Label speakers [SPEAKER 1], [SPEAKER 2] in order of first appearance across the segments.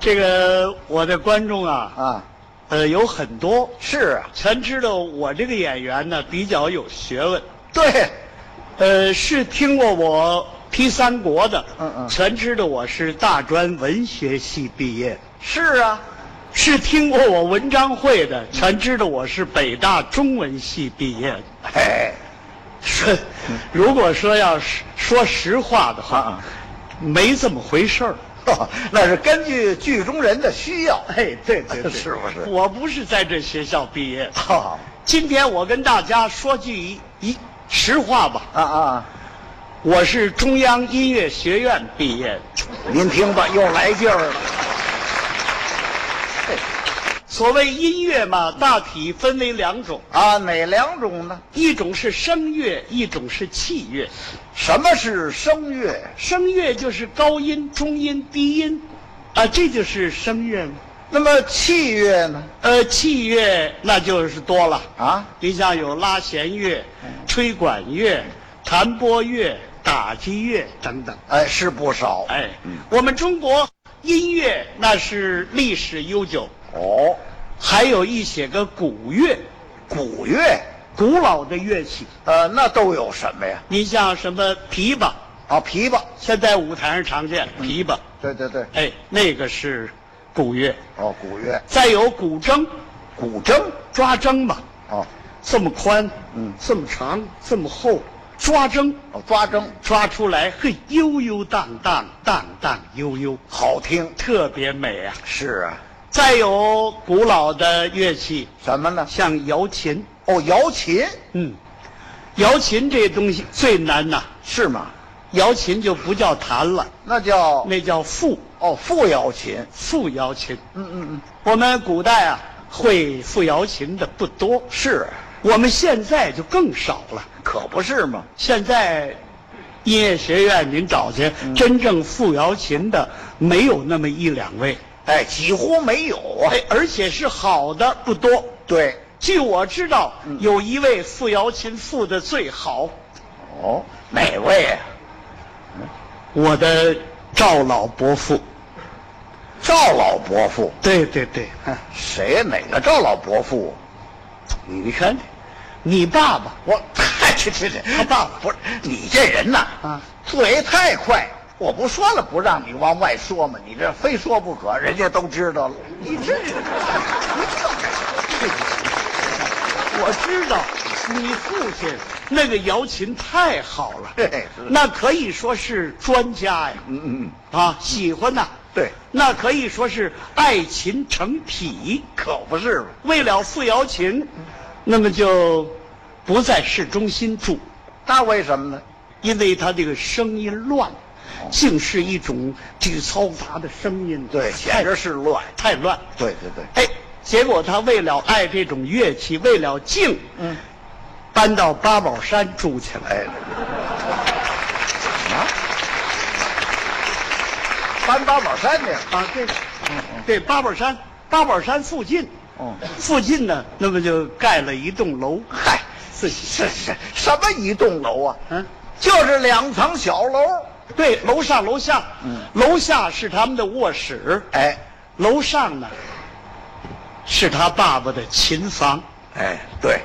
[SPEAKER 1] 这个我的观众啊，
[SPEAKER 2] 啊，
[SPEAKER 1] 呃，有很多，
[SPEAKER 2] 是啊，
[SPEAKER 1] 全知道我这个演员呢比较有学问，
[SPEAKER 2] 对，
[SPEAKER 1] 呃，是听过我批三国的，
[SPEAKER 2] 嗯嗯
[SPEAKER 1] 全知道我是大专文学系毕业，
[SPEAKER 2] 是啊，嗯
[SPEAKER 1] 是听过我文章会的，全知道我是北大中文系毕业的。
[SPEAKER 2] 嘿，
[SPEAKER 1] 说，
[SPEAKER 2] 嗯
[SPEAKER 1] 如果说要是说实话的话，
[SPEAKER 2] 啊啊
[SPEAKER 1] 没这么回事儿。
[SPEAKER 2] 呵那是根据剧中人的需要。
[SPEAKER 1] 哎，对对 对，
[SPEAKER 2] 是不是啊
[SPEAKER 1] 我不是在这学校毕业。
[SPEAKER 2] 好
[SPEAKER 1] 今天我跟大家说句一一实话吧，
[SPEAKER 2] 啊啊，
[SPEAKER 1] 我是中央音乐学院毕业的。
[SPEAKER 2] 您听吧，又来劲儿了。嘿
[SPEAKER 1] 所谓音乐嘛，大体分为两种，
[SPEAKER 2] 啊，哪两种呢？
[SPEAKER 1] 一种是声乐，一种是器乐。
[SPEAKER 2] 什么是声乐？
[SPEAKER 1] 声乐就是高音、中音、低音，啊，这就是声乐嘛。
[SPEAKER 2] 那么器乐呢？
[SPEAKER 1] 呃，器乐那就是多了
[SPEAKER 2] 啊
[SPEAKER 1] 你像有拉弦乐、吹管乐、弹拨乐、打击乐等等。
[SPEAKER 2] 哎，是不少。
[SPEAKER 1] 哎，
[SPEAKER 2] 嗯，
[SPEAKER 1] 我们中国音乐那是历史悠久，
[SPEAKER 2] 哦，
[SPEAKER 1] 还有一些个古乐，
[SPEAKER 2] 古乐，
[SPEAKER 1] 古老的乐器。
[SPEAKER 2] 呃，那都有什么呀？
[SPEAKER 1] 你像什么琵琶，
[SPEAKER 2] 啊，琵琶。
[SPEAKER 1] 现在舞台上常见
[SPEAKER 2] 嗯
[SPEAKER 1] 琵琶，
[SPEAKER 2] 对对对。
[SPEAKER 1] 哎，那个是古乐。
[SPEAKER 2] 哦，古乐，
[SPEAKER 1] 再有古筝，
[SPEAKER 2] 古筝。
[SPEAKER 1] 抓筝嘛，
[SPEAKER 2] 哦，
[SPEAKER 1] 这么宽，
[SPEAKER 2] 嗯
[SPEAKER 1] 这么长，这么厚，抓筝。
[SPEAKER 2] 哦，抓筝
[SPEAKER 1] 抓出来，嘿，悠悠荡荡，荡荡悠悠，
[SPEAKER 2] 好听。
[SPEAKER 1] 特别美啊！
[SPEAKER 2] 是啊，
[SPEAKER 1] 再有古老的乐器，
[SPEAKER 2] 什么呢？
[SPEAKER 1] 像瑶琴，
[SPEAKER 2] 哦，瑶琴
[SPEAKER 1] 嗯，瑶琴这东西最难呐、
[SPEAKER 2] 是吗？
[SPEAKER 1] 瑶琴就不叫弹了，
[SPEAKER 2] 那叫
[SPEAKER 1] 那叫复
[SPEAKER 2] 哦，复瑶琴。
[SPEAKER 1] 复瑶琴。
[SPEAKER 2] 嗯嗯嗯，
[SPEAKER 1] 我们古代啊，会复瑶琴的不多，
[SPEAKER 2] 是啊，
[SPEAKER 1] 我们现在就更少了。
[SPEAKER 2] 嗯可不是嘛。
[SPEAKER 1] 现在音乐学院您找去，真正复瑶琴的没有那么一两位。
[SPEAKER 2] 哎，几乎没有啊。
[SPEAKER 1] 哎，而且是好的不多。
[SPEAKER 2] 对。
[SPEAKER 1] 据我知道，
[SPEAKER 2] 嗯
[SPEAKER 1] 有一位傅瑶琴傅的最好，
[SPEAKER 2] 哦，哪位啊？
[SPEAKER 1] 我的赵老伯父。
[SPEAKER 2] 赵老伯父。
[SPEAKER 1] 对对对，
[SPEAKER 2] 谁呀？哪个赵老伯父？
[SPEAKER 1] 你看，你爸爸
[SPEAKER 2] 我， 哎嗨，这这这，
[SPEAKER 1] 他爸爸
[SPEAKER 2] 不是你这人呐，
[SPEAKER 1] 啊，
[SPEAKER 2] 嘴太快。我不说了，不让你往外说嘛，你这非说不可，人家都知道了。你这，你
[SPEAKER 1] 我知道，你父亲那个瑶琴太好了
[SPEAKER 2] 嘿嘿是，
[SPEAKER 1] 那可以说是专家呀，
[SPEAKER 2] 嗯嗯，
[SPEAKER 1] 啊，喜欢呐、
[SPEAKER 2] 对，
[SPEAKER 1] 那可以说是爱琴成癖。
[SPEAKER 2] 可不是嘛。
[SPEAKER 1] 为了傅瑶琴，那么就不在市中心住。
[SPEAKER 2] 那为什么呢？
[SPEAKER 1] 因为他这个声音乱，竟是一种这个嘈杂的声音，
[SPEAKER 2] 对，
[SPEAKER 1] 太
[SPEAKER 2] 简直是乱。
[SPEAKER 1] 太乱。
[SPEAKER 2] 对对对，
[SPEAKER 1] 哎，结果他为了爱这种乐器，为了静，
[SPEAKER 2] 嗯，
[SPEAKER 1] 搬到八宝山住起来。
[SPEAKER 2] 哎，啊，搬八宝山去了。
[SPEAKER 1] 啊，对，
[SPEAKER 2] 嗯
[SPEAKER 1] 对，八宝山，八宝山附近，
[SPEAKER 2] 哦
[SPEAKER 1] 附近呢，那么就盖了一栋楼，
[SPEAKER 2] 嗨，
[SPEAKER 1] 自己，
[SPEAKER 2] 这 是什么一栋楼啊？
[SPEAKER 1] 嗯，
[SPEAKER 2] 就是两层小楼。
[SPEAKER 1] 对，楼上楼下，
[SPEAKER 2] 嗯
[SPEAKER 1] 楼下是他们的卧室，
[SPEAKER 2] 哎
[SPEAKER 1] 楼上呢是他爸爸的琴 房。
[SPEAKER 2] 哎，对，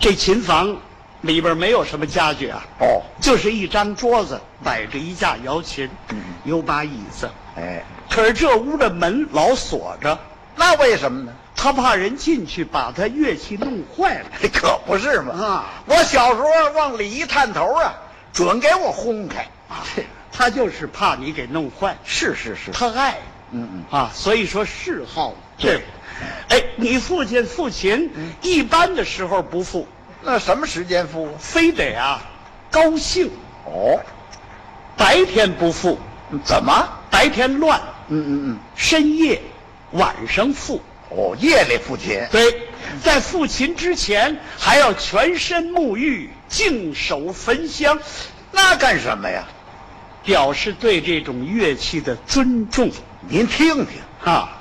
[SPEAKER 1] 这琴房里边没有什么家具啊，
[SPEAKER 2] 哦，
[SPEAKER 1] 就是一张桌子摆着一架瑶琴
[SPEAKER 2] 嗯，
[SPEAKER 1] 有把椅子。
[SPEAKER 2] 哎，
[SPEAKER 1] 可是这屋的门老锁着，
[SPEAKER 2] 那为什么呢？
[SPEAKER 1] 他怕人进去把他乐器弄坏了。
[SPEAKER 2] 可不是嘛！
[SPEAKER 1] 啊，
[SPEAKER 2] 我小时候往里一探头啊，准给我轰开。
[SPEAKER 1] 啊，他就是怕你给弄坏，
[SPEAKER 2] 是是是
[SPEAKER 1] 他爱，
[SPEAKER 2] 嗯嗯
[SPEAKER 1] 啊，所以说嗜好
[SPEAKER 2] 对。
[SPEAKER 1] 哎，你父亲父琴
[SPEAKER 2] 嗯
[SPEAKER 1] 一般的时候不付，
[SPEAKER 2] 那什么时间付？
[SPEAKER 1] 非得啊高兴，
[SPEAKER 2] 哦，
[SPEAKER 1] 白天不付，
[SPEAKER 2] 怎么？
[SPEAKER 1] 白天乱，
[SPEAKER 2] 嗯嗯嗯，
[SPEAKER 1] 深夜、晚上付。
[SPEAKER 2] 哦，夜里付钱。
[SPEAKER 1] 对，在付琴之前还要全身沐浴、净手焚香，
[SPEAKER 2] 那干什么呀？
[SPEAKER 1] 表示对这种乐器的尊重
[SPEAKER 2] 您听听，
[SPEAKER 1] 啊。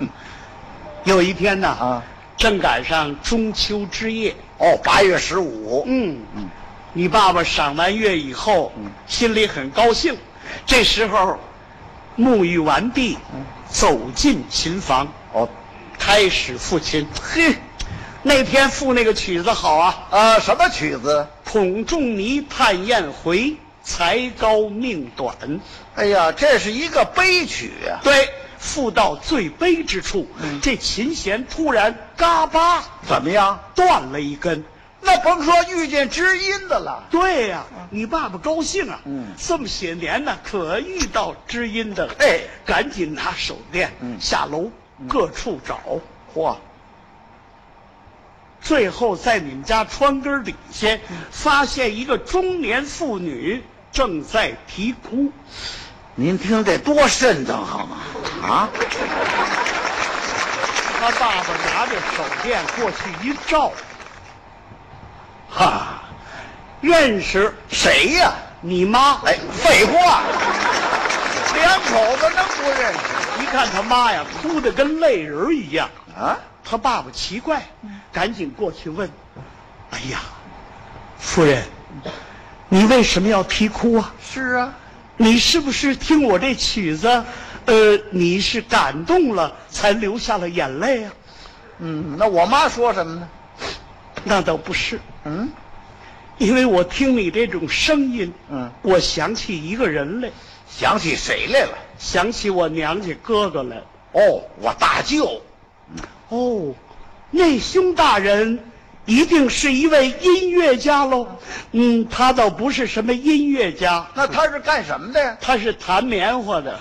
[SPEAKER 1] 有一天呢，
[SPEAKER 2] 啊，
[SPEAKER 1] 正赶上中秋之夜，
[SPEAKER 2] 哦，八月十五，
[SPEAKER 1] 嗯，
[SPEAKER 2] 嗯，
[SPEAKER 1] 你爸爸赏完月以后
[SPEAKER 2] 嗯，
[SPEAKER 1] 心里很高兴。这时候，沐浴完毕
[SPEAKER 2] 嗯，
[SPEAKER 1] 走进琴房，
[SPEAKER 2] 哦，
[SPEAKER 1] 开始复琴。 嘿，那天复那个曲子好啊，
[SPEAKER 2] 呃，什么曲子？
[SPEAKER 1] 孔仲尼叹燕回，才高命短。
[SPEAKER 2] 哎呀，这是一个悲曲啊！
[SPEAKER 1] 对，复到最悲之处，
[SPEAKER 2] 嗯
[SPEAKER 1] 这琴弦突然嘎巴
[SPEAKER 2] 怎么样？
[SPEAKER 1] 断了一根。
[SPEAKER 2] 那甭说遇见知音的了，
[SPEAKER 1] 对呀、你爸爸高兴啊，
[SPEAKER 2] 啊嗯
[SPEAKER 1] 这么些年呢，可遇到知音的了，
[SPEAKER 2] 哎
[SPEAKER 1] 赶紧拿手电，
[SPEAKER 2] 嗯
[SPEAKER 1] 下楼各处找，
[SPEAKER 2] 嚯，
[SPEAKER 1] 最后在你们家窗根底下、
[SPEAKER 2] 嗯
[SPEAKER 1] 发现一个中年妇女正在啼哭，
[SPEAKER 2] 您听这多瘆得慌啊！啊，
[SPEAKER 1] 他爸爸拿着手电过去一照，哈，认识
[SPEAKER 2] 谁呀、
[SPEAKER 1] 你妈，
[SPEAKER 2] 哎，废话，两口子能不认识
[SPEAKER 1] 一看他妈呀，哭得跟泪人儿一样。
[SPEAKER 2] 啊？
[SPEAKER 1] 他爸爸奇怪，赶紧过去问：“哎呀，夫人，你为什么要啼哭啊？
[SPEAKER 2] 是啊，
[SPEAKER 1] 你是不是听我这曲子，呃，你是感动了才流下了眼泪啊？
[SPEAKER 2] 嗯，那我妈说什么呢？
[SPEAKER 1] 那倒不是，
[SPEAKER 2] 嗯，
[SPEAKER 1] 因为我听你这种声音，
[SPEAKER 2] 嗯
[SPEAKER 1] 我想起一个人来，
[SPEAKER 2] 想起谁来了？
[SPEAKER 1] 想起我娘家哥哥来。
[SPEAKER 2] 哦，我大舅。
[SPEAKER 1] 哦，内兄大人一定是一位音乐家喽。嗯，他倒不是什么音乐家。”
[SPEAKER 2] 那他是干什么的呀？
[SPEAKER 1] 他是弹棉花的。